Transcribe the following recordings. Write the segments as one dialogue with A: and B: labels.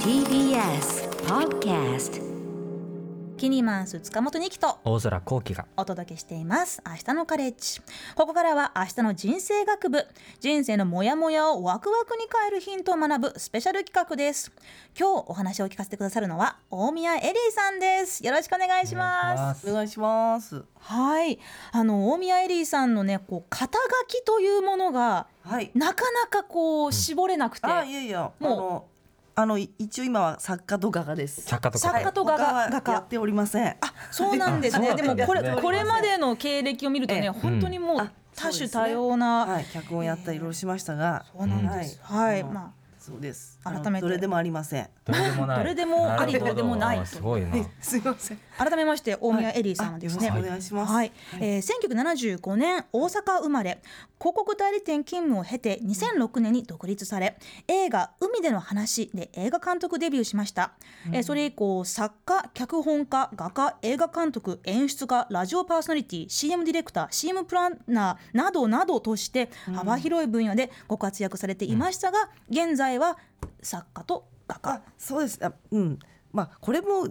A: TBS Podcast
B: キニマンス塚本にきと
C: 大空幸輝が
B: お届けしています明日のカレッジここからは明日の人生学部人生のモヤモヤをワクワクに変えるヒントを学ぶスペシャル企画です今日お話を聞かせてくださるのは大宮エリーさんですよろしくお願いします
C: お
D: お願いします。
B: はいあの大宮エリーさんのねこう肩書きというものが
D: はい。
B: なかなかこう絞れなくて、
D: あ、いやいや、あ
B: もう
D: の、あの、い一応今は作家と画家です。
C: 作家とか
B: 作家と画家
D: 他は
B: 画家
D: やっておりません。あ、
B: そうなんですね。
C: あ
B: で
C: そう
B: も
C: なんです
B: こ
C: ね
B: れこれまでの経歴を見ると
D: え
B: ね、
D: え
B: 本当にも
D: う
B: う
D: んあ
B: 多種
D: そうですね
B: 多様な
D: はい、脚本やったりいろいろしましたが。
B: そうなんです
D: はい
B: はい
D: あの
B: まあ
D: そうです。
B: 改めて
D: あのどれでもありません。
C: どれで もない
B: どれでもあり
C: なるほ
B: どれでもない
C: あすごいな
D: すいません。
B: 改めまして大宮エリーさんはですね。
D: はいあよろしくお願いします
B: はい
D: はい
B: えー1975年大阪生まれ広告代理店勤務を経て2006年に独立され映画「海での話」で映画監督デビューしました、えーそれ以降作家脚本家画家映画監督演出家ラジオパーソナリティ CM ディレクター CM プランナーなどなどとして幅広い分野でご活躍されていましたが、現在は作家と画家
D: あ、そうです。あ、うん。まあ、これも。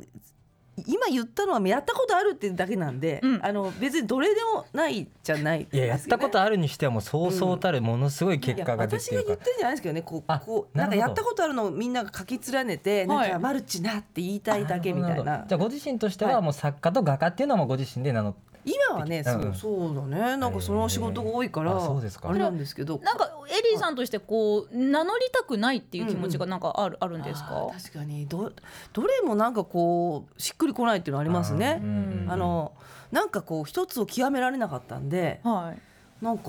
D: 今言ったのはやったことあるってだけなんで、
B: うん
D: あの別にどれでもないじゃない
C: いややったことあるにしてはもうそうそうたるものすごい
D: い
C: 結
D: や
C: 果が出
D: 私
C: てるか
D: が言
C: ら
D: ってるんじゃないですけどねこう
C: あ
D: こう
C: な
D: な
C: る
D: ん
C: ほど
D: かやったことあるのをみんなが書き連ね
B: は
D: て、
B: い
D: なんかマルチなって言いたいだけみたい
C: るほ
D: な
C: どじゃあご自身としてはもう作家と画家っていうのはもうご自身でなの
D: 今はね、
C: うん
D: そうそうだねなんかその仕事が多いから、
C: へーあそうですか
D: あれなんですけど
B: なんかエリーさんとしてこう名乗りたくないっていう気持ちがなんかある,、あるんですか
D: あー確かにどどれもなんかこうしっくりこないっていうのあ
C: あ
D: りますね
C: ー。うんうん
D: あのなんかこう一つを極められなかったんで
B: はい
D: なんか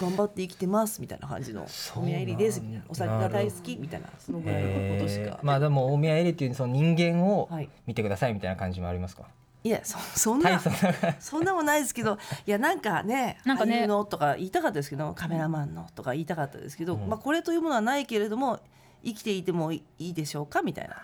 D: 頑張って生きてますみたいな感じの「
C: そう
D: お
C: なん
D: 宮入りです」みたいな「お酒が大好
C: な
D: き」みたいなそのぐらいのことし
C: え
D: か
C: ー。まあでも大宮エリっていうその人間を
D: はい
C: 見てくださいみたいな感じもありますか
D: いやそ そん
C: 大
D: な
C: 層な
D: そんなもんないですけどいやなんかね「
B: なんかね
D: 俳優の」とか言いたかったですけど「カメラマンの」とか言いたかったですけど、
C: うん
D: まあ、これというものはないけれども生きていてもいいでしょうかみたいな。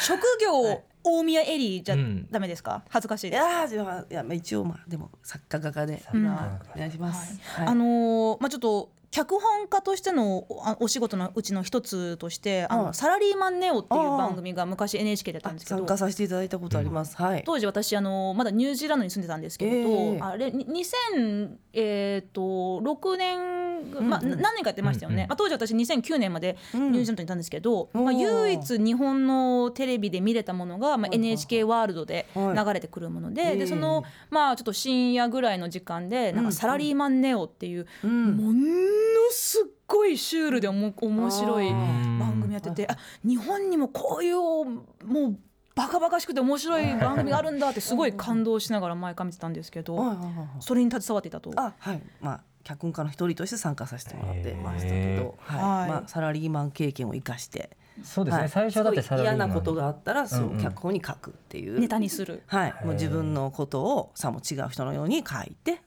B: 職業、大宮エリーじゃ
C: うん
B: ダメですか、恥ずかしい
D: い
B: です、
D: やーじゃあいやまあ一応まあでも作家画家で、
B: うん
D: まあお願いします。はい
B: あのーまあちょっと脚本家としてのおあお仕事のうちの一つとして「あの
D: はい
B: サラリーマンネオ」っていう
D: ああ
B: 番組が昔 NHK でやったん
D: あ
B: ですけど
D: 参加させていただいたことあります。はい。
B: 当時私あのまだニュージーランドに住んでたんですけれど、
D: ええ
B: あれに2000えっ、と6年ぐ、まあ
D: うんうん
B: 何年かやってましたよね、
C: うんうん
B: まあ、当時私2009年までニ
D: うん
B: ュージーランドにいたんですけど、
D: おー
B: まあ、唯一日本のテレビで見れたものが、まあ、
D: いはい
B: NHK ワールドで
D: はい
B: 流れてくるもので,、
D: え
B: で
D: え
B: そのまあちょっと深夜ぐらいの時間でなんか
D: うんうん
B: サラリーマンネオっていう、
D: うん。
B: ものすっごいシュールでおも面白い
D: あー
B: 番組やってて、あ日本にもこういうもうバカバカしくて面白い番組があるんだってすごい感動しながら毎回見てたんですけど、
D: はいはいはいはい
B: それに携わっていたと。
D: あはいまあ脚本家の一人として参加させてもらってましたけど、はい
B: はい
D: まあサラリーマン経験を生かして、
C: そうです
D: は
C: ね
D: い
C: 最初だってサラリーマン
D: すごい嫌なことがあったらそう
C: うん
D: う
C: うん
D: 脚本に書くっていう。
B: ネタにする
D: はい、もう自分のことをさも違う人のように書いて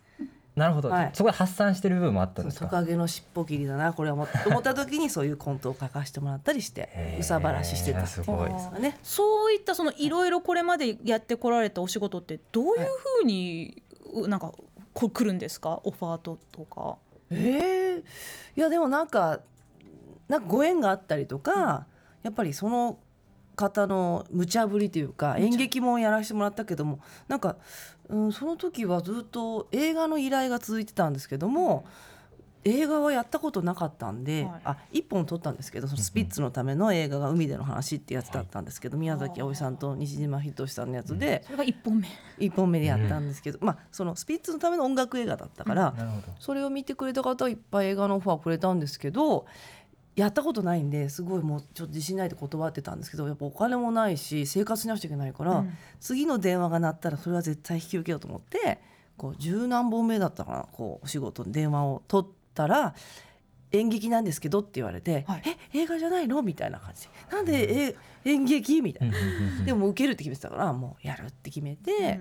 C: なるほど
D: はい
C: そこで発散してる部分もあったんです
D: ト
C: か
D: カゲの尻尾切りだなこれはもうと思った時にそういうコントを書かせてもらったりして
C: へー
D: 憂さ晴らししてたって
C: す
D: いう
C: ごい
D: んですかね。
B: そういったそのいろいろこれまでやってこられたお仕事ってどういうふうにうなんかこ来るんですかオファーととか。
D: えー、いやでもなんかなんかご縁があったりとか、やっぱりその方の無茶ぶりというか演劇もやらせてもらったけどもなんか、うん、その時はずっと映画の依頼が続いてたんですけども。映画はやったことなかったんで、
B: はい
D: あ一本撮ったんですけどそのスピッツのための映画が「海での話」ってやつだったんですけど、宮崎あおいさんと西島秀俊さんのやつで
B: それが一本目。
D: 一本目でやったんですけど、まあそのスピッツのための音楽映画だったから、
C: なるほど
D: それを見てくれた方はいっぱい映画のオファーくれたんですけどやったことないんですごいもうちょっと自信ないで断ってたんですけどやっぱお金もないし生活しなくちゃいけないから、
B: うん
D: 次の電話が鳴ったらそれは絶対引き受けようと思ってこう十何本目だったかなこうお仕事の電話を取ったら演劇なんですけどって言われて「
B: はい
D: え映画じゃないの?」みたいな感じで「なんでえ演劇?」みたいな。でも受けるって決めてたからもうやるって決めて、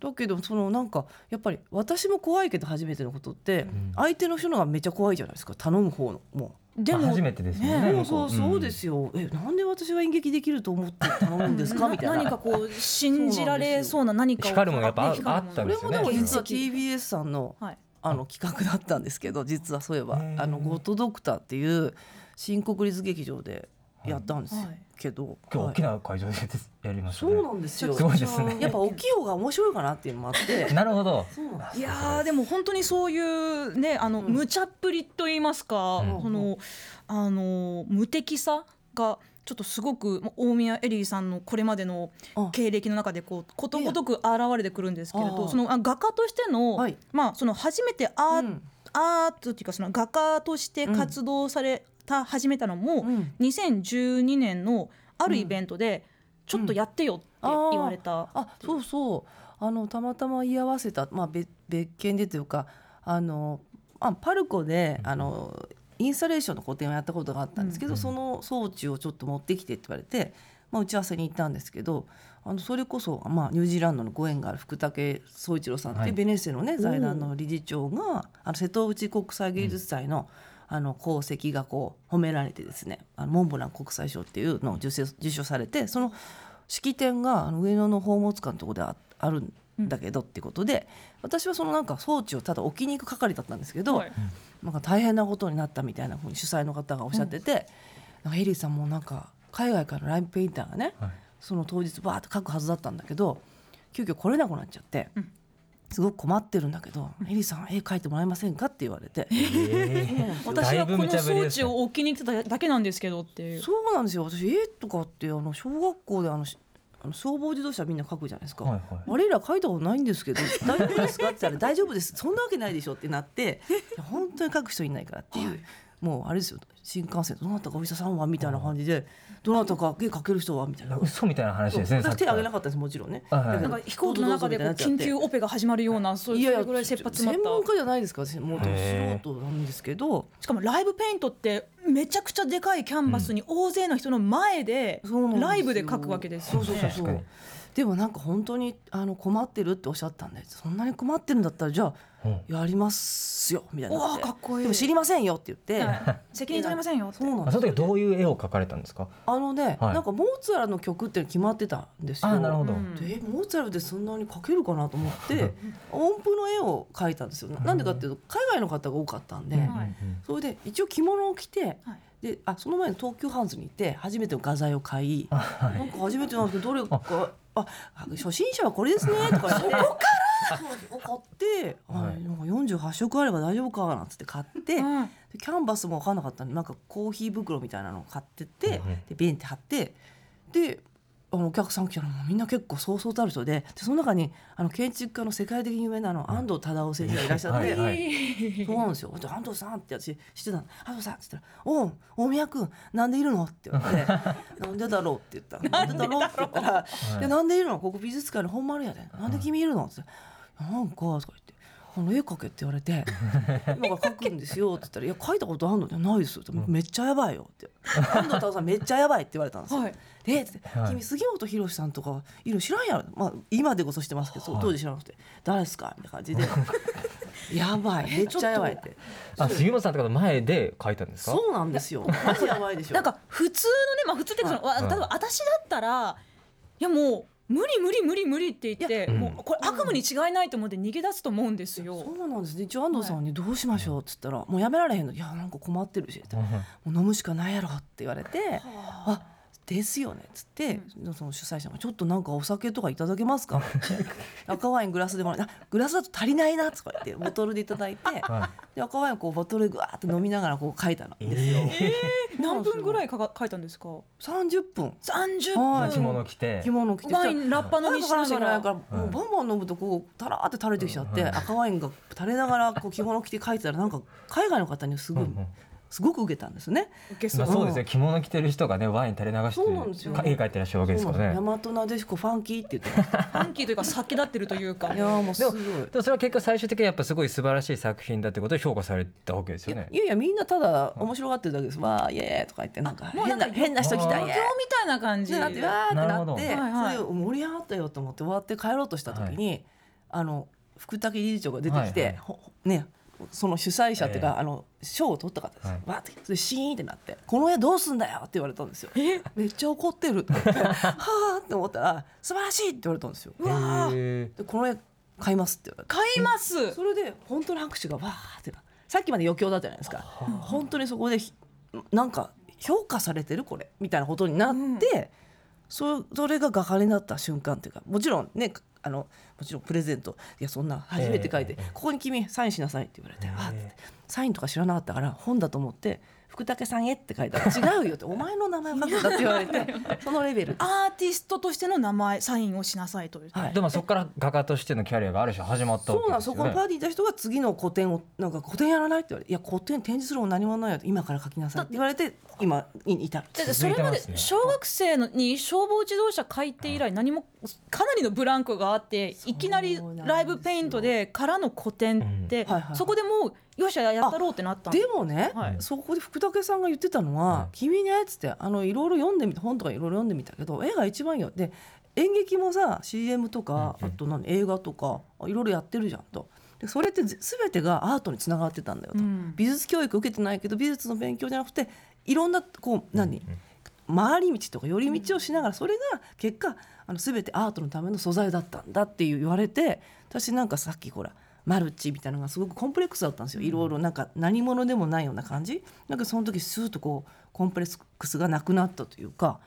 D: だけどそのなんかやっぱり私も怖いけど初めてのことって、
C: ん
D: 相手の人のがめっちゃ怖いじゃないですか頼む方のも
B: うん
C: で
B: で
C: も
B: も
C: 初めてです
D: う、
C: よね
D: そうそうそうですよ、えなんで私は演劇できると思って頼むんですかみたいな
B: 何かこう信じられそうな何かを
C: 光るものやっぱあ
B: ね光るもの
C: あったん
D: こ
C: で
D: れ
C: すよ
D: も
C: ね
D: でも実は
B: そういう
D: TBS さんの
B: はい
D: あの企画だったんですけど実はそういえば
C: へ
D: 「
C: ー
D: あのゴッドドクター」っていう新国立劇場でやったんですよ
B: はい
D: けど、
C: 今日大
D: はい
C: きな会場でやりました
D: そ
C: ね。
D: うなんですよ
C: すごいですね
D: やっぱ大きい方が面白いかなっていうのもあって
C: なるほど。
D: そうなんです
B: いやーでも本当にそういうねあの、無茶っぷりと言いますか、
C: うん
B: このあの無敵さがちょっとすごくま大宮エリーさんのこれまでの
D: あ
B: 経歴の中でこうことごとく現れてくるんですけれ
D: い
B: ど
D: や
B: そのあ画家としての,、
D: はい
B: まあ、その初めてアー,、
D: うん
B: アートっていうかその画家として活動された、始めたのも、
D: うん
B: 2012年のあるイベントで、ちょっとやってよって言われた。
D: あそうそうあのたまたま居合わせた、まあ、別別件でというかあのあパルコであのインスタレーションの個展をやったことがあったんですけど、
C: うん
D: その装置をちょっと持ってきてって言われて、まあ、打ち合わせに行ったんですけどあのそれこそ、まあ、ニュージーランドのご縁がある福武総一郎さんっていう、
C: はい
D: ベネッセの、ね、財団の理事長があの瀬戸内国際芸術祭の,、あの功績がこう褒められてですねあのモンブラン国際賞っていうのを受賞受賞されてその式典があの上野の宝物館のとこでああるんだけどってことで、私はそのなんか装置をただ置きに行く係だったんですけど、
B: はい
D: なんか大変なことになったみたいなふうに主催の方がおっしゃってて、なんかエリーさんもなんか海外からのラインペインターがね、
C: はい
D: その当日バーッと書くはずだったんだけど急遽来れなくなっちゃって、
B: うん
D: すごく困ってるんだけど「エリーさん絵描いてもらえませんか?」って言われて
C: えー
B: 私はこの装置。
C: だいぶ無茶ぶりですね
B: を置きに行ってただけなんですけどっていう。
D: そうなんですよ私絵とかってあの小学校であのしあの消防自動車みんな描くじゃないですか。
C: はいはい。
D: あれら書いたことないんですけど大丈夫ですかって言ったら大丈夫ですそんなわけないでしょってなっていや本当に書く人いないからっていう、もうあれですよ新幹線どなたかお医者さんはみたいな感じでどなたか絵描ける人はみたいな。
C: 嘘みたいな話ですね。
D: そ
C: さ
D: う
C: っき
D: 手
C: か
D: 挙げ
C: ら
D: なかったですもちろんね、
C: はいはい
D: だけ
B: な
D: ど
B: んか飛行機の中でこう
D: どうぞどうぞ
B: 緊
D: みたいになっちゃって
B: 急オペが始まるようなそう
D: い
B: いう
D: やい
B: そ
D: や
B: れぐらい切羽詰
D: 専
B: まっ
D: 門家じゃないですから私もう
C: へー
D: 素人なんですけど
B: たしかもライブペイントってめちゃくちゃでかいキャンバスに大勢の人の前で
D: そうなんですよ
B: ライブで書くわけですよ
D: そうそう
B: ね。
D: そ
C: 確かに
D: うでもなんか本当にあの困ってるっておっしゃったんでそんなに困ってるんだったらじゃあ
C: うん
D: やりますよみたいにな
B: うわかっこいい
D: でも知りませんよって言って、
B: はい責任取れませんよって
D: そうなん
C: あ
D: です
C: その
D: よ
C: 時はどういう絵を描かれたんですか。
D: あのね、
C: はい
D: なんかモーツァルトの曲っていうの決まってたんですよ。
C: あなるほど。
B: うん
D: でえモーツァルトでそんなに描けるかなと 思って音符の絵を描いたんですよ。なんでかっていうと海外の方が多かったんで、
C: うんうん
B: はい
D: それで一応着物を着て、
B: はい
D: であその前に東急ハンズに行って初めての画材を買い、
C: あはい
D: なんか初めてなんですけどどれかああ初心者はこれですねとか言ってそこからを買っ
C: は
D: て、
C: い
D: あなんか48色あれば大丈夫かなんつって買って。
B: うん
D: でキャンバスも分かんなかったんでなんかコーヒー袋みたいなのを買ってって、
C: うんうん
D: でビンって貼ってであのお客さん来たらもうみんな結構そうそうたる人ででその中にあの建築家の世界的に有名なあの安藤忠雄先生がいらっしゃって。
C: はいはい。
D: そうなんですよ。で安藤さんって私知ってたの。安藤さんって言ったら、おう、大宮君、なんでいるのって言われて、 なんでだろうって言った。なんでだろうって言ったら、
C: い
D: でなんでいるのここ美術館の本丸やで。なんで君いるのって言ったら、なんか、とか言って。あの絵描けって言われ て「今から描くんですよ」って言ったら「いや描いたことあるの?」って「ないですよ」って「めっちゃやばいよ」って「安藤太郎さんめっちゃやばい」って言われたんですよ。
B: はい
D: でえっつって
C: はい
D: 君杉本博さんとかいるの知らんやろ、まあ、今でこそ知ってますけど、
C: はい
D: 当時知らなくて「誰ですか?」みたいな感じで「やばい めっちゃやばい」って
C: あ杉本さんとかの前で描いたんですか。
D: そう なんですよマジやばいでしょ
B: なんか普通のねまあ普通っていうかそのわ
C: うん
B: 例えば私だったらいやもう無理無理無理無理って言って
C: いや
B: もうこれ悪夢に違いないと思って逃げ出すと思うんですよ。
D: そうなんですね一応安藤さんに「どうしましょう」っつったら「もうやめられへんの」「いやなんか困ってるし」って
C: うん。
D: もう飲むしかないやろ」って言われて「
B: は
D: あですよね」っつって、その主催者が「ちょっとなんかお酒とかいただけます か?」赤ワイングラスでもらってあ「グラスだと足りないな」とか言ってボトルでいただいて。
C: はい。
D: で赤ワインをこうボトルでぐわーって飲みながらこう書いたのですよ。
B: あ何分ぐらいかが書いたんですか
D: 三十分。
B: 30
D: はい
C: 着
B: 分
C: 物着て
D: 着。物着て。
B: ワインラッパ飲
D: ワイン
B: み
D: の
B: しな
D: 話
B: が
D: がないからら、もうバンバン飲むとこうたらーって垂れてきちゃって、
C: うん
D: 赤ワインが垂れながらこう着物着て書いてたらなんか海外の方にすごい、
C: うんうん
D: すごく受けたんですね。
B: 受けそ
C: ま
B: う
C: あ、そうですね着物着てる人がねワイン垂れ流して
D: そうなんですよ
C: か絵描いてらっしゃるわけですからね
D: 大和なでしこファンキーっ て言ってまし
B: ファンキーというか先立ってるというか
D: た。いやーもうすごい。
C: でもそれは結果最終的にやっぱすごい素晴らしい作品だってことで評価されたわけですよね
D: いやいやみんなただ面白がってるだけです。わーイエーイとか言ってなんか
B: もうな
D: 変
B: んか
D: な変な人来たイエー
B: 今
D: イ
B: 日みたいな感じ
D: でなってわーってな
C: なるほ
D: っ
C: ど
D: て
B: はいはい
D: それで盛り上がったよと思って終わって帰ろうとした時に、あの福武理事長が出てきて、
C: はいはい
D: ほねその主催者っていうか、
C: ええ
D: あの賞を取った方です、
C: はい
D: わーってそれシーンってなって「この絵どうすんだよ!」って言われたんですよ。めっちゃ怒ってると思って「はあ」って思ったら「素晴らしい!」って言われたんですよ。
B: うわー
C: へ
D: でこの絵買いますって言われて
B: 買います
D: それで本当に拍手がわーってなさっきまで余興だったじゃないですか本当にそこでひなんか評価されてるこれみたいなことになって、そそれが画家になった瞬間っていうかもちろんねあのもちろんプレゼントいやそんな初めて書いて、ここに君サインしなさいって言われて、あってサインとか知らなかったから本だと思って福武さんへって書いたら違うよってお前の名前を書くんだって言われてそのレ ベルで
B: アーティストとしての名前サインをしなさいという、
D: はい
C: でもそこから画家としてのキャリアがある種始まった
D: そうなんそこのパ
C: ね
D: ーティー行った人が次の個展をなんか個展やらないって言われて「いや個展展示するも何もないよ」今から書きなさいって言われて今にいた
E: だってそれまで小学生のに消防自動車改定以来何もかなりのブランクがあっていきなりライブペイントでからの個展って
D: うんはいはい
E: そこでもうよっしゃやったろうってなったん
D: でもね、
E: はい
D: そこで福武さんが言ってたの
C: う
D: は「
C: ん
D: 君ね」っつってあのいろいろ読んでみた本とかいろいろ読んでみたけど絵が一番いいよで演劇もさ CM とか、
C: うんうん
D: あと何映画とかいろいろやってるじゃんと。でそれってぜ全てがアートにつながってたんだよと、
B: うん
D: 美術教育受けてないけど美術の勉強じゃなくていろんなこう何、回り道とか寄り道をしながらそれが結果あの全てアートのための素材だったんだっていう言われて私なんかさっきほらマルチみたいなのがすごくコンプレックスだったんですよいろいろなんか何者でもないような感じなんかその時スーッとこうコンプレックスがなくなったというか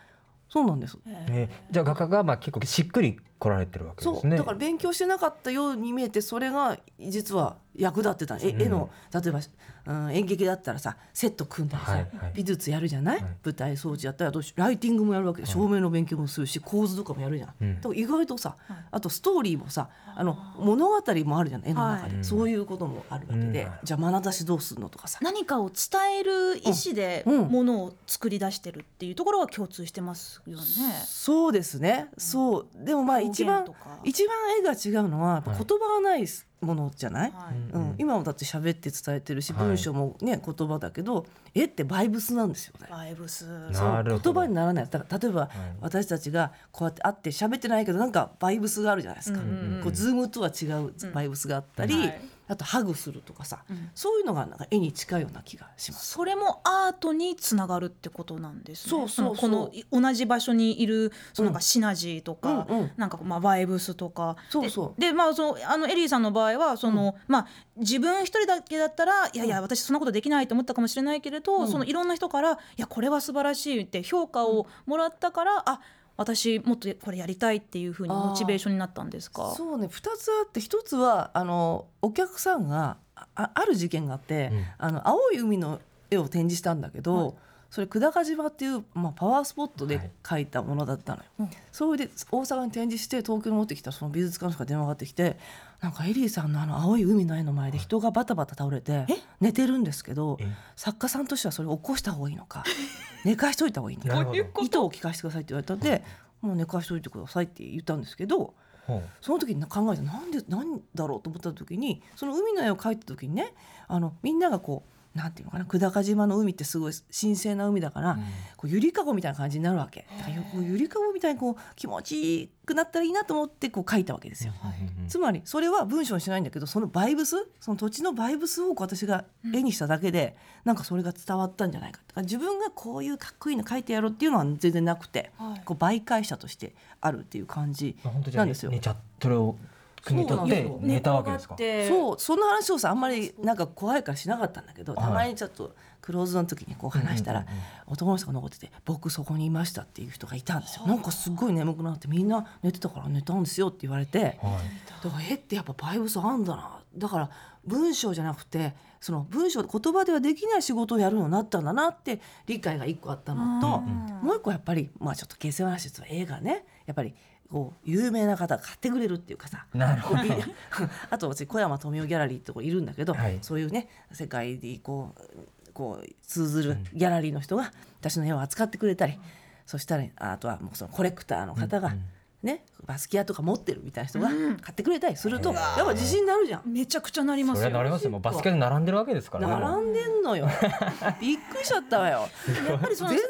D: そうなんです。
C: えーじゃあ画家がまあ結構しっくり来られてるわけで
D: そ
C: す
D: う
C: ね
D: だから勉強してなかったように見えてそれが実は役立ってた、え
C: うん
D: 絵の例えば、うん、演劇だったらさセット組んだりさ、
C: はいはい
D: 美術やるじゃな
C: は
D: い、
C: い
D: 舞台装置やったらどうしライティングもやるわけで照明の勉強もするし構図とかもやるじゃん、
C: うん
D: だから意外とさあとストーリーもさあの物語もあるじゃない絵の中で、
C: はい
D: そういうこともあるわけで、
C: うん
D: じゃあ眼差しどうするのとかさ
B: 何かを伝える意思で
D: うんうん
B: ものを作り出してるっていうところは共通してますよね。
D: そうですね、そうでもまあ一番
B: 表現とか
D: 一番絵が違うのはやっぱ
C: はい
D: 言葉がないものじゃない、
B: はい
C: うん
D: うん、今もだって喋って伝えてるし
C: はい
D: 文章もね、言葉だけど絵ってバイブスなんですよね。
B: バイブス
C: なるほど
D: 言葉にならないだから例えば、私たちがこうやって会って喋ってないけどなんかバイブスがあるじゃないですか、
B: うんうん
C: うん
D: こうズームとは違うバイブスがあったり、
B: うんはい
D: あとハグするとかさ、
B: ん
D: そういうのがなんか絵に近いような気がします。
B: それもアートにつながるってことなんですね。
D: そうそうそう
B: のこの同じ場所にいるそのなん
D: う
B: かシナジーとか、
D: うんうん
B: なんかまあバイブスとか。
D: そうそう
B: ででまあそのあのエリーさんの場合はその、まあ自分一人だけだったらいやいや私そんなことできないと思ったかもしれないけれど、
D: ん
B: そのいろんな人からいやこれは素晴らしいって評価をもらったから、あ私もっとこれやりたいっていうふうにモチベーションになったんですか。
D: そうね2つあって1つはあのお客さんがああある事件があって、
C: うん
D: あの青い海の絵を展示したんだけど、それ久高島っていう、まあ、パワースポット
C: は
D: で
C: い
D: 描いたものだったのよ。
B: うん
D: それで大阪に展示して東京に持ってきたその美術館の人から電話がかってきてなんかエリーさんのあの青い海の絵の前で人がバタバタ倒れて寝てるんですけど
C: え
D: 作家さんとしてはそれを起こした方がいいのか寝かしといた方がいいのか
C: なるほど
D: 糸を聞かせてくださいって言われたんでもう寝かしといてくださいって言ったんですけど。
C: ほう
D: その時に考えてなんでなんだろうと思った時にその海の絵を描いた時にねあのみんながこうなんていうのかな久高島の海ってすごい神聖な海だから、こうゆりかごみたいな感じになるわけだからこうゆりかごみたいにこう気持ちいいくなったらいいなと思ってこう描いたわけですよ。
C: うん
D: つまりそれは文章にしないんだけどそのバイブスその土地のバイブスを私が絵にしただけで、なんかそれが伝わったんじゃないかだから自分がこういうかっこいいの描いてやろうっていうのは全然なくて、
B: はい
D: こう媒介者としてあるっていう感じ
C: まあ本当じゃ
D: な
C: あ
D: ん
C: ね
D: ですよ
C: 寝。ちゃそれを汲み取っ
D: そう
C: て
D: なんです
C: 寝たわけですか。
E: そう
D: そうその話をさあんまりなんか怖いからしなかったんだけど、
C: はい
D: たまにちょっとクローズの時にこう話したら、
C: うんうんうん
D: 男の人が残ってて「僕そこにいました」っていう人がいたんですよ。なんかすごい眠くなってみんな寝てたから寝たんですよって言われて。
C: はい
D: だから絵ってやっぱバイブスあんだなだから文章じゃなくてその文章言葉ではできない仕事をやるようになったんだなって理解が一個あったのともう一個やっぱりまあちょっと下世話な話ですが映画ねやっぱりこう有名な方が買ってくれるっていうかさ
C: なるほど
D: こうい いあと私小山富雄ギャラリーってとこいるんだけど、
C: はい
D: そういうね世界にこうこう通ずるギャラリーの人が私の絵を扱ってくれたり、そしたらあとはもうそのコレクターの方が、
C: うんうん
D: ね、バスキアとか持ってるみたいな人が買ってくれたりすると、やっぱ自信になるじゃん。
B: めちゃくちゃなりま
C: そ
B: す
C: れ
B: よ。
C: はなりますよ。もうバスケで並んでるわけですからね。
D: 並んでん のよびっくりしちゃったわよ
B: やっぱりそ
D: 全
B: の
D: 然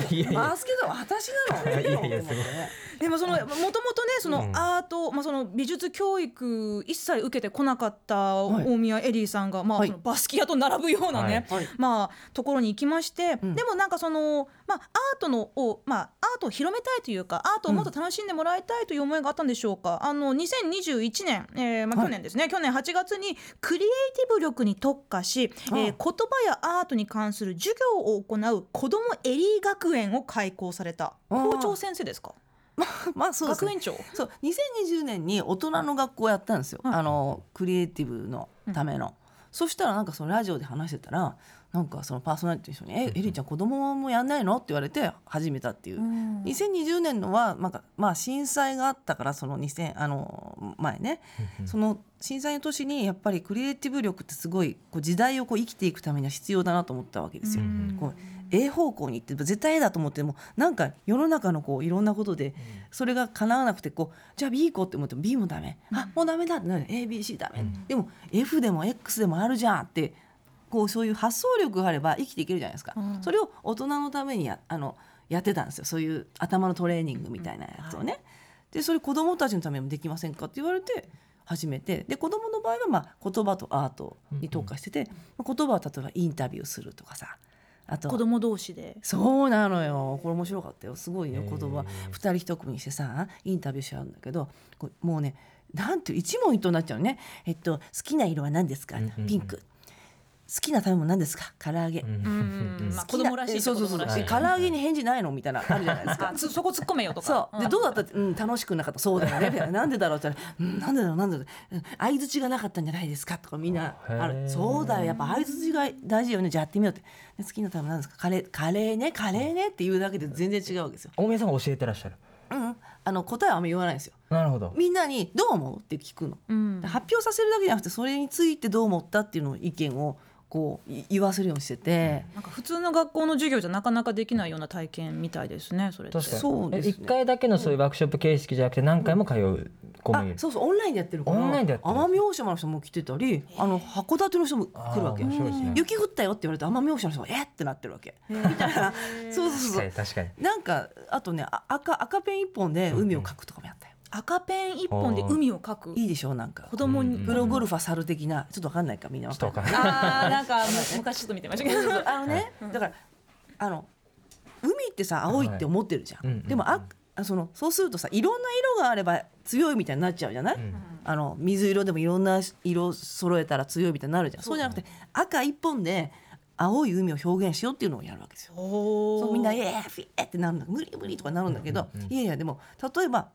D: ネタ違うの
C: いやいや
D: バスケットは私なの
C: いやいや
D: と思ってね
B: でもそのもともとねその
C: うん
B: アート、まあその美術教育一切受けてこなかった
D: はい
B: 大宮エリーさんが、まあ
D: はい
B: そのバスキアと並ぶようなね、
D: はい
B: まあところに行きまして、
D: うん
B: でもなんかそのまあアートのをまあアートを広めたいというかアートをもっと楽しんでもらいたいという思いがあったんでしょうかあの2021年、えーまあ、去年ですね、去年8月にクリエイティブ力に特化し、えー
D: ああ
B: 言葉やアートに関する授業を行う子どもエリー学園を開校された
D: ああ
B: 校長先生ですか
D: まあそうです
B: 学
D: ね
B: 園長
D: そう2020年に大人の学校やったんですよ、
B: はい
D: あのクリエイティブのための、そしたらなんかそのラジオで話してたらなんかそのパーソナリティの人に「えエリちゃん子供もやんないの?」って言われて始めたっていう、2020年のはなんか、まあ、震災があったからその2000あの前ね、その震災の年にやっぱりクリエイティブ力ってすごいこう時代をこう生きていくためには必要だなと思ったわけですよ。こう A 方向に行って絶対 A だと思ってもなんか世の中のこういろんなことでそれが叶わなくてこうじゃあ B 行こうって思っても B もダメ、あもうダメだってなる ABC ダメ、でも F でも X でもあるじゃんってこうそういう発想力があれば生きていけるじゃないですか、それを大人のためにやあのやってたんですよそういう頭のトレーニングみたいなやつをね。でそれ子どもたちのためにもできませんかって言われて始めてで子どもの場合はまあ言葉とアートに特化してて、まあ言葉は例えばインタビューするとかさあと
B: 子供同士で
D: そうなのよこれ面白かったよすごいよ
C: へ
D: 言
C: ー
D: 葉二人一組にしてさインタビューしちゃうんだけどこうもうねなんていう一問一答になっちゃうのねえっと好きな色は何ですか、
C: うんうんうん
D: ピンク好きな食べ物何ですか唐揚げ、
E: うんまあ
D: 好き
E: 子
D: な
E: 供らしいっちゃ
D: そう
E: 子
D: そうそ
E: 供
D: う
E: ら
D: 唐
E: しい
C: い
D: 揚げに返事ないのみたいなのあるじゃないですか
E: あつそこ突っ込めよとか
D: そうでどうだったって、うん、楽しくなかったそうだよ ねみたいななんでだろうって言ったら、うん、なんでだろうなんでだろううん相づちがなかったんじゃないですかとかみんな
C: へー
D: あるそうだよやっぱ相づちが大事よねじゃあやってみようってで好きな食べ物なんですかカレーカレーねカレーねって言うだけで全然違うわけですよ、
C: 大宮さんが教えてらっしゃる
D: うん、あの答えはあんま言わないんですよ
C: なるほど
D: みんなに「どう思う?」って聞くの、
B: うん
D: 発表させるだけじゃなくてそれについてどう思ったっていうのを意見をこうい言わせるようにしてて、
E: なんか普通の学校の授業じゃなかなかできないような体験みたいですねそれって
C: 確かに
D: そうです
C: 1
D: ね
C: 回だけのそういうワークショップ形式じゃなくて何回も通う子もい
D: あ
C: る
D: そうそうオンラインでやってるから
C: オンラインでやってる
D: 奄美大島の人も来てたりあの函館の人も来るわけ
C: あー面白いですね
D: 雪降ったよって言われて奄美大島の人もえっってなってるわけみたいなそうそう
C: 確
D: そ
C: か
D: う
C: に確かに
D: なんかあとねあ赤赤ペン一本で海を描くとかもやったよ、
E: 赤ペン一本で海を描く
D: いいでしょうなんか
E: 子供に、
C: うん
D: プロゴルファー猿的なちょっとわかんないかみんなわ
C: ちょっと
D: か
C: わ
D: んな
C: か
D: い
C: んない
E: ああなんか昔ちょっと見てましたけど
D: そうそうあのね、だからあの海ってさ青いって思ってるじゃん、
C: はいうんうんうん
D: でもああそのそうするとさいろんな色があれば強いみたいになっちゃうじゃない、
C: ん
D: あの水色でもいろんな色揃えたら強いみたいになるじゃんそうじゃなくて赤一本で青い海を表現しようっていうのをやるわけですよ。そうみんな「えー、フィーってなるんだ無理無理とかなるんだけど、
C: うんうんうん
D: いやいやでも例えば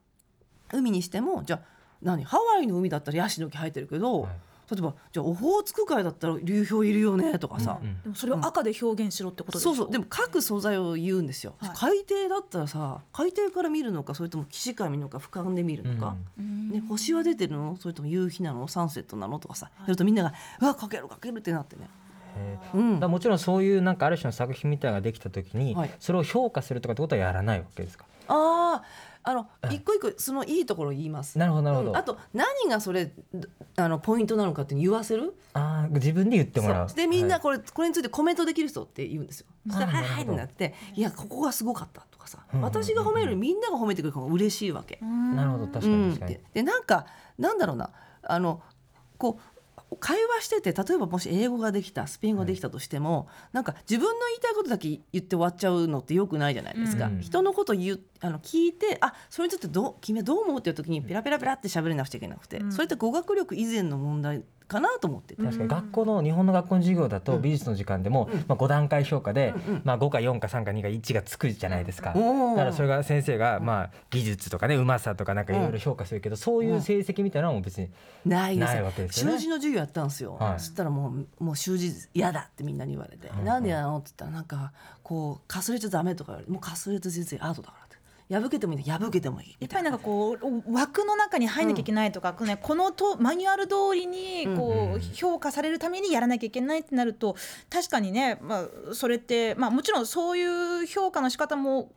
D: 海にしてもじゃあ何ハワイの海だったらヤシの木生えてるけど、
C: はい
D: 例えばじゃあオホーツク海だったら流氷いるよねとかさ、
C: うんうん
E: でもそれを赤で表現しろってことです
D: そうそうでも各素材を言うんですよ、海底だったらさ海底から見るのかそれとも岸から見るのか俯瞰で見るのか、ね、星は出てるのそれとも夕日なのサンセットなのとかさやるとみんなが「うわかけるかける」ってなってね。
C: へー
D: うん
C: だからもちろんそういうなんかある種の作品みたいなのができた時に、
D: はい
C: それを評価するとかってことはやらないわけですか
D: あーあの一個一個そのいいところを言います。
C: なるほどなるほど、
D: うんあと何がそれどあのポイントなのかっていうの言わせる
C: あー自分で言ってもらう
D: そうでみんな
C: はい
D: これ,、これについてコメントできる人って言うんですよ。そした
C: あ
D: ら「
C: ー
D: はいはい」
C: なるほ
D: って
C: ど
D: なって「いやここがすごかった」とかさ
C: うんうんうんうん
D: 私が褒めるよりみんなが褒めてくれる方が嬉しいわけ。
C: なるほど確か
D: う
C: に
D: ん
C: 確かに、
D: ででなんかなんだろうなあのこう会話してて例えばもし英語ができたスペイン語ができたとしても、なんか自分の言いたいことだけ言って終わっちゃうのってよくないじゃないですか、
C: うん
D: 人のこと言うあの聞いてあそれについてどう君はどう思うっていう時にペラペラペラって喋れなくちゃいけなくて、それって語学力以前の問題かなと思ってて、
C: 確かに学校の日本の学校の授業だと美術の時間でも、まあ、5段階評価で、まあ、5か4か3か2か1がつくじゃないですか、
D: おー
C: だからそれが先生が、まあ、技術とかねうまさとかなんかいろいろ評価するけど、そういう成績みたいなのも別に、
D: ないです
C: ないわけですよね
D: 習字の授業やったんですよ、
C: はい
D: そしたらもうもう習字嫌だってみんなに言われて「なんでなの?」って言ったらなんかこうかすれちゃダメとか言われて「もうかすれて全然アートだから」って破けてもいいの破けてもいい
B: やっぱりなんかこう枠の中に入んなきゃいけないとか、ね、このとマニュアル通りにこう評価されるためにやらなきゃいけないってなると確かにね、まあ、それって、まあ、もちろんそういう評価の仕方も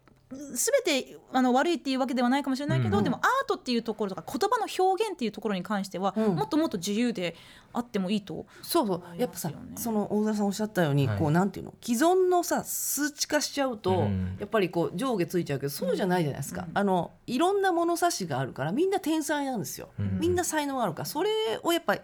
B: 全てあの悪いっていうわけではないかもしれないけど、
C: うん
B: でもアートっていうところとか言葉の表現っていうところに関しては、
D: うん
B: もっともっと自由であってもいいと。
D: そうそうやっぱさ、
B: 思いますよね
D: その大空さんおっしゃったように、
C: はい
D: こうなんていうの既存のさ数値化しちゃうと、
C: うん
D: やっぱりこう上下ついちゃうけどそうじゃないじゃないですか、あのいろんな物差しがあるからみんな天才なんですよ、
C: うん
D: みんな才能があるからそれをやっぱり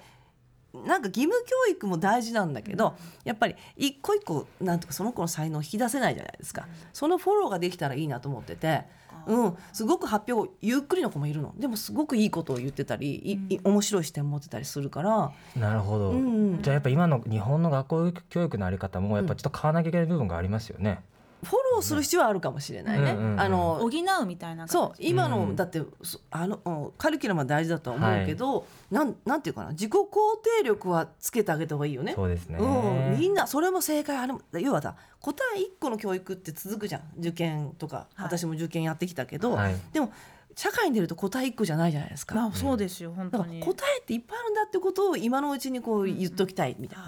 D: なんか義務教育も大事なんだけどやっぱり一個一個なんとかその子の才能を引き出せないじゃないですかそのフォローができたらいいなと思ってて。うん、すごく発表ゆっくりの子もいるのでもすごくいいことを言ってたりいい面白い視点持ってたりするから、
C: なるほど、
D: うん
C: じゃあやっぱ今の日本の学校教育のあり方もやっぱちょっと変わらなきゃいけない部分がありますよね。
D: フォローする必要はあるかもしれないね。
C: うんうんうん
D: あの
E: 補うみたいな感じ
D: そう今の、
C: うん
D: だってそあのうんカリキュラムは大事だとは思うけど、なんなんていうかな自己肯定力はつけてあげた方がいいよね。
C: そうですね、
D: うん、みんなそれも正解あれも要はさ答え一個の教育って続くじゃん受験とか、
E: はい
D: 私も受験やってきたけど、
C: はい
D: でも社会に出ると答え一個じゃないじゃないですか。
E: まあそうですよ本
D: だ
E: 当
D: から
E: に
D: 答えっていっぱいあるんだってことを今のうちにこう言っときたいみたい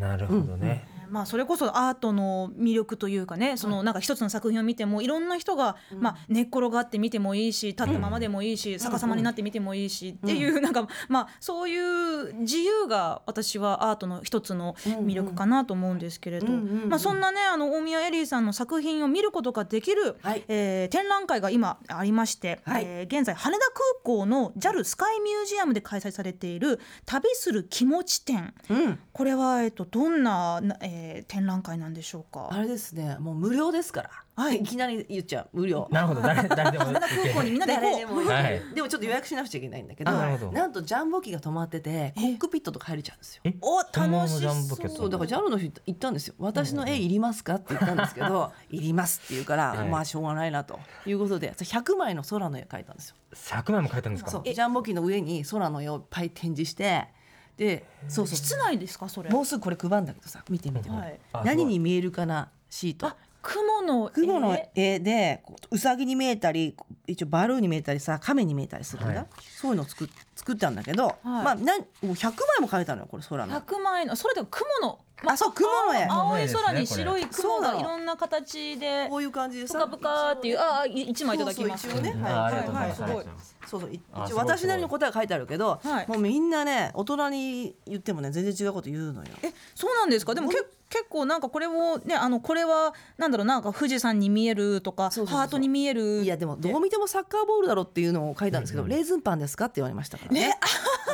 D: な。
C: なるほどね。
B: まあ、それこそアートの魅力というかねそのなんか一つの作品を見てもいろんな人が、まあ、寝っ転がって見てもいいし立ったままでもいいし、逆さまになって見てもいいし、っていうなんか、まあ、そういう自由が私はアートの一つの魅力かなと思うんですけれど、
D: うんうんうん
B: まあ、そんなねあの大宮エリーさんの作品を見ることができる、
D: はい
B: えー展覧会が今ありまして、
D: はい
B: えー現在羽田空港の JAL スカイミュージアムで開催されている「旅する気持ち展」
D: うん
B: これは、えっと、どんな、なえー展覧会なんでしょうか。
D: あれですねもう無料ですから、
B: はい
D: いきなり言っちゃう無料。
C: なるほど 誰誰でも
B: 空港にみんなで行こう
D: 誰でもいい
C: はい
D: でもちょっと予約しなくちゃいけないんだけど
C: あなるほど
D: なんとジャンボ機が止まっててコックピットとか入れちゃうんですよ。
C: え
B: お
C: 本物
B: 楽
C: の
B: し
C: ジャン
B: そ
C: ボ
B: う
C: ケット
D: そうだから JAL の人言ったんですよ「私の絵いりますか?」って言ったんですけど「いります」って言うから、
C: はい
D: まあしょうがないなということで100枚の空の絵描いたんですよ。
C: 100枚も書いたんですか
D: そうジャンボ機の上に空の絵をいっぱい展示してでそうそう
B: 室内ですかそれ。
D: もうすぐこれ配るんだけどさ見てみて、
B: はい。
C: あ
D: 何に見えるかなシート。
E: 雲の
D: 雲の
E: え
D: 絵でこううさぎに見えたり一応バルーンに見えたりさ亀に見えたりするんだ、
C: はい
D: そういうのを作っ作ったんだけど、まあなんもう100枚も描いたのよこれ空の。
E: 100万円のそれでも雲の、
D: あそう雲の絵
C: あ
E: 青い空に
C: これ
E: 白い雲
D: そうな
E: が
D: の
E: いろんな形で
D: こういう感じで
E: ぷ
D: さ
E: かぷかっていうああい一枚いただきます
D: そうそう一応ね、
C: ああ
D: は
C: り
D: い
C: がとうございます、
E: はいはい
C: ありがとうございます
D: そうそうい
C: あ
D: 一
C: す
D: 応
C: ごい
D: 私なりの答えが書いてあるけど、
B: はい
D: もうみんなね大人に言ってもね全然違うこと言うのよ。
B: えそうなんですか。でもけ結構なんかこれをねあのこれはなんだろうなんか富士山に見えるとか
D: そうそうそう
B: ハートに見える。
D: いやでもどう見てもサッカーボールだろっていうのを書いたんですけど、レーズンパンですかって言われましたからね。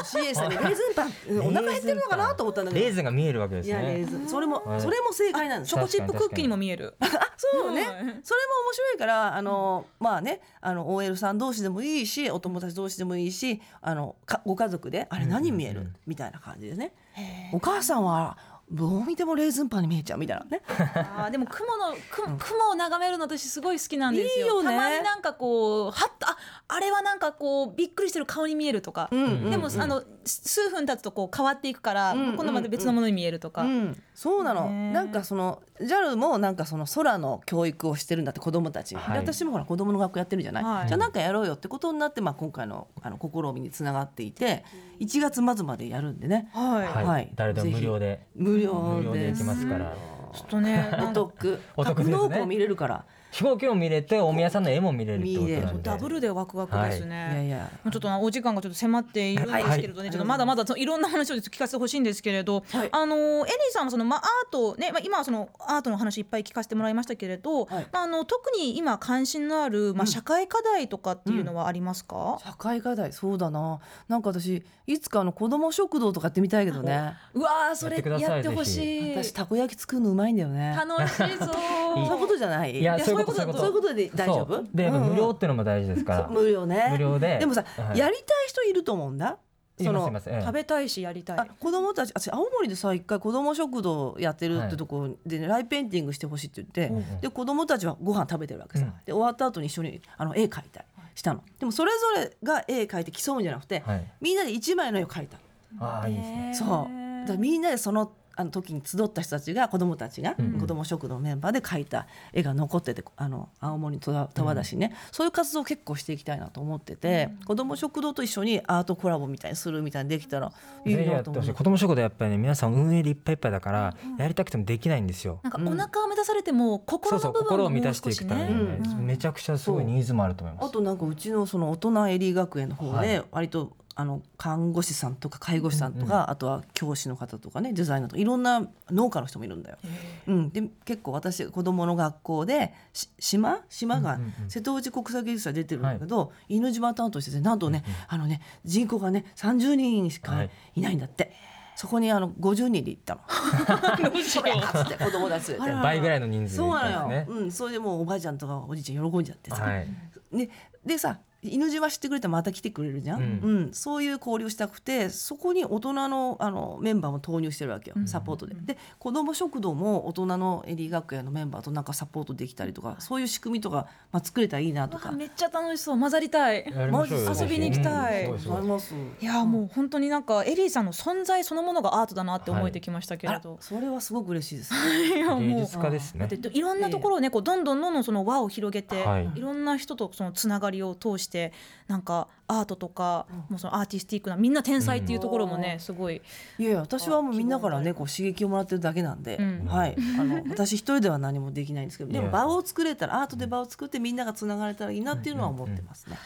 D: CA さんにレーズンパンうんお腹減ってるのかなと思ったんだけど。
C: レーズンが見えるわけで
D: い
C: す
D: やレ
C: ね
D: ーズンそれも
C: はい
D: それも正解なんです
B: チョ
D: よ。
B: コチップクッキーにも見える。
D: あそうね、
B: はい
D: それも面白いからあの、まあねあの OL さん同士でもいいしお友達同士でもいいしあのかご家族であれ何見える、みたいな感じですね。お母さんはどう見てもレーズンパンに見えちゃうみたいなね。
E: あーでも雲の雲雲を眺めるの私すごい好きなんですよ。
D: いいよね
E: たまになんかこうはっとああれはなんかこうびっくりしてる顔に見えるとか。
D: うん
E: でもあのす数分経つとこう変わっていくから、
D: うんうん
E: 今度また別のものに見えるとか。
D: うん、そうなの、なんかその JAL もなんかその空の教育をしてるんだって子供たちに、
C: はい
D: で私もほら子供の学校やってるじゃない、
E: はい
D: じゃあなんかやろうよってことになって、まあ、今回のあの試みにつながっていて1月末までやるんでね
B: はい。
C: はい、
D: はい
C: 誰でも無料で
D: 無料
C: 無料で
D: で
C: 行き
D: す
C: ますから
B: ちょっと ねな
D: お
B: んか
D: 得
C: お得で
D: 格
C: すね
D: 納庫も見れるから、
C: 飛行機も見れてお宮さんの絵も見れるってことなんで
B: ダブルでワクワクですね。
D: いやいや
B: ちょっとなお時間がちょっと迫っているんですけれどね、
D: はい
B: ちょっとまだまだそのいろんな話を聞かせてほしいんですけれど、
D: はい
B: あのエリーさんはその、まあ、アート、ねまあ、今はそのアートの話いっぱい聞かせてもらいましたけれど、
D: はい
B: まあ、あの特に今関心のある、まあ、社会課題とかっていうのはありますか、
D: 社会課題そうだななんか私いつかあの子供食堂とかやってみたいけどね
E: うわーそれ
C: やってください
E: やってほしい。楽
D: 私
E: した
D: こ焼き作るのうまいんだよね
E: いぞ
D: そうい う
E: ー。
D: ことじゃない
C: いやそういうこと
D: そういうことで大丈夫
C: そうで、やっぱ無料
D: う
C: ってのも大事ですか
D: ん
C: ら、
D: うん無料ね
C: 無料で
D: でもさ、
C: はい
D: やりたい人いると思うんだ
C: いますいます、ええ
E: 食べたいしやりたい
D: あ。子供たち私青森でさ一回子供食堂やってるっ
C: は
D: て
C: い
D: とこで、ねライブペインティングしてほしいって言って、
C: うんうん
D: で子供たちはご飯食べてるわけさ、
C: うん
D: で終わった後に一緒にあの絵描いたりしたのでもそれぞれが絵描いて競うんじゃなくて、
C: はい
D: みんなで一枚の絵を描いたの
C: ああいいですね
D: そうだからみんなでそのあの時に集った人たちが子供たちが、
C: うん
D: 子供食堂のメンバーで描いた絵が残っててあの青森と田田だしね、そういう活動を結構していきたいなと思ってて、子供食堂と一緒にアートコラボみたいにするみたいにできたらいい
C: ぜひや
D: な
C: って
D: と思
C: ほ
D: う
C: しい子供食堂やっぱりね皆さん運営でいっぱいいっぱいだから、やりたくてもできないんですよ
E: なんかお腹を満たされても
C: そ
E: 心
C: うそ
E: の
C: う
E: 部分
C: 心
E: を
C: を満
E: も
C: た
E: う
C: して
E: 少し
C: いく
E: た
C: め
E: ね。
C: にね、めちゃくちゃすごいニーズもあると思いま
D: あ
C: す
D: となんかうちのその大人エリー学園の方
C: は
D: で割とあの看護師さんとか介護士さんとか、あとは教師の方とかねデザイナーとかいろんな農家の人もいるんだよ。うん、で結構私子供の学校でし島島が
C: うんうんうん
D: 瀬戸内国際芸術祭出てるんだけど、犬島担当しててなんとね、あのね人口がね30人しか
C: はい
D: いないんだって。そこにあの50人で行っ たの。それやっつって子供たち連れて。
C: 倍ぐらいの人数
D: そう
C: なんです
D: なのよ
C: ね。。
D: うん、それでもうおばあちゃんとかおじいちゃん喜んじゃってさ。
C: はい。
D: ね、でさ犬島知ってくれてまた来てくれるじゃん、
C: う
D: うんそういう交流したくてそこに大人のあのメンバーも投入してるわけよサポートで。で子ども食堂も大人のエリー学園のメンバーとなんかサポートできたりとかそういう仕組みとか、まあ、作れたらいいなとか。
B: めっちゃ楽しそう混ざりたい
C: やりましょうよ
B: マジ遊びに行きたい
C: うんすごいすごい
D: ます
B: いやもう本当になんかエリーさんの存在そのものがアートだなって思えてきましたけ
D: あ
B: れ
D: ら
B: ど、
D: それはすごく嬉しいで す。
B: い、や
C: 芸
B: もう
C: 術家です
B: だっ
C: ね。
B: ていろんなところをねこうどんどんどんどんその輪を広げて、
C: はい
B: い、ろんな人とそのつながりを通してなんかアートとか、もうそのアーティスティックなみんな天才っていうところもね、すごい
D: いやいや私はもうみんなからねこう刺激をもらってるだけなんで、
B: うん
D: はい、あの私一人では何もできないんですけどで
C: い
D: も
C: や
D: 場を作れたらアートで場を作ってみんながつながれたらいいなっていうのは思ってますね。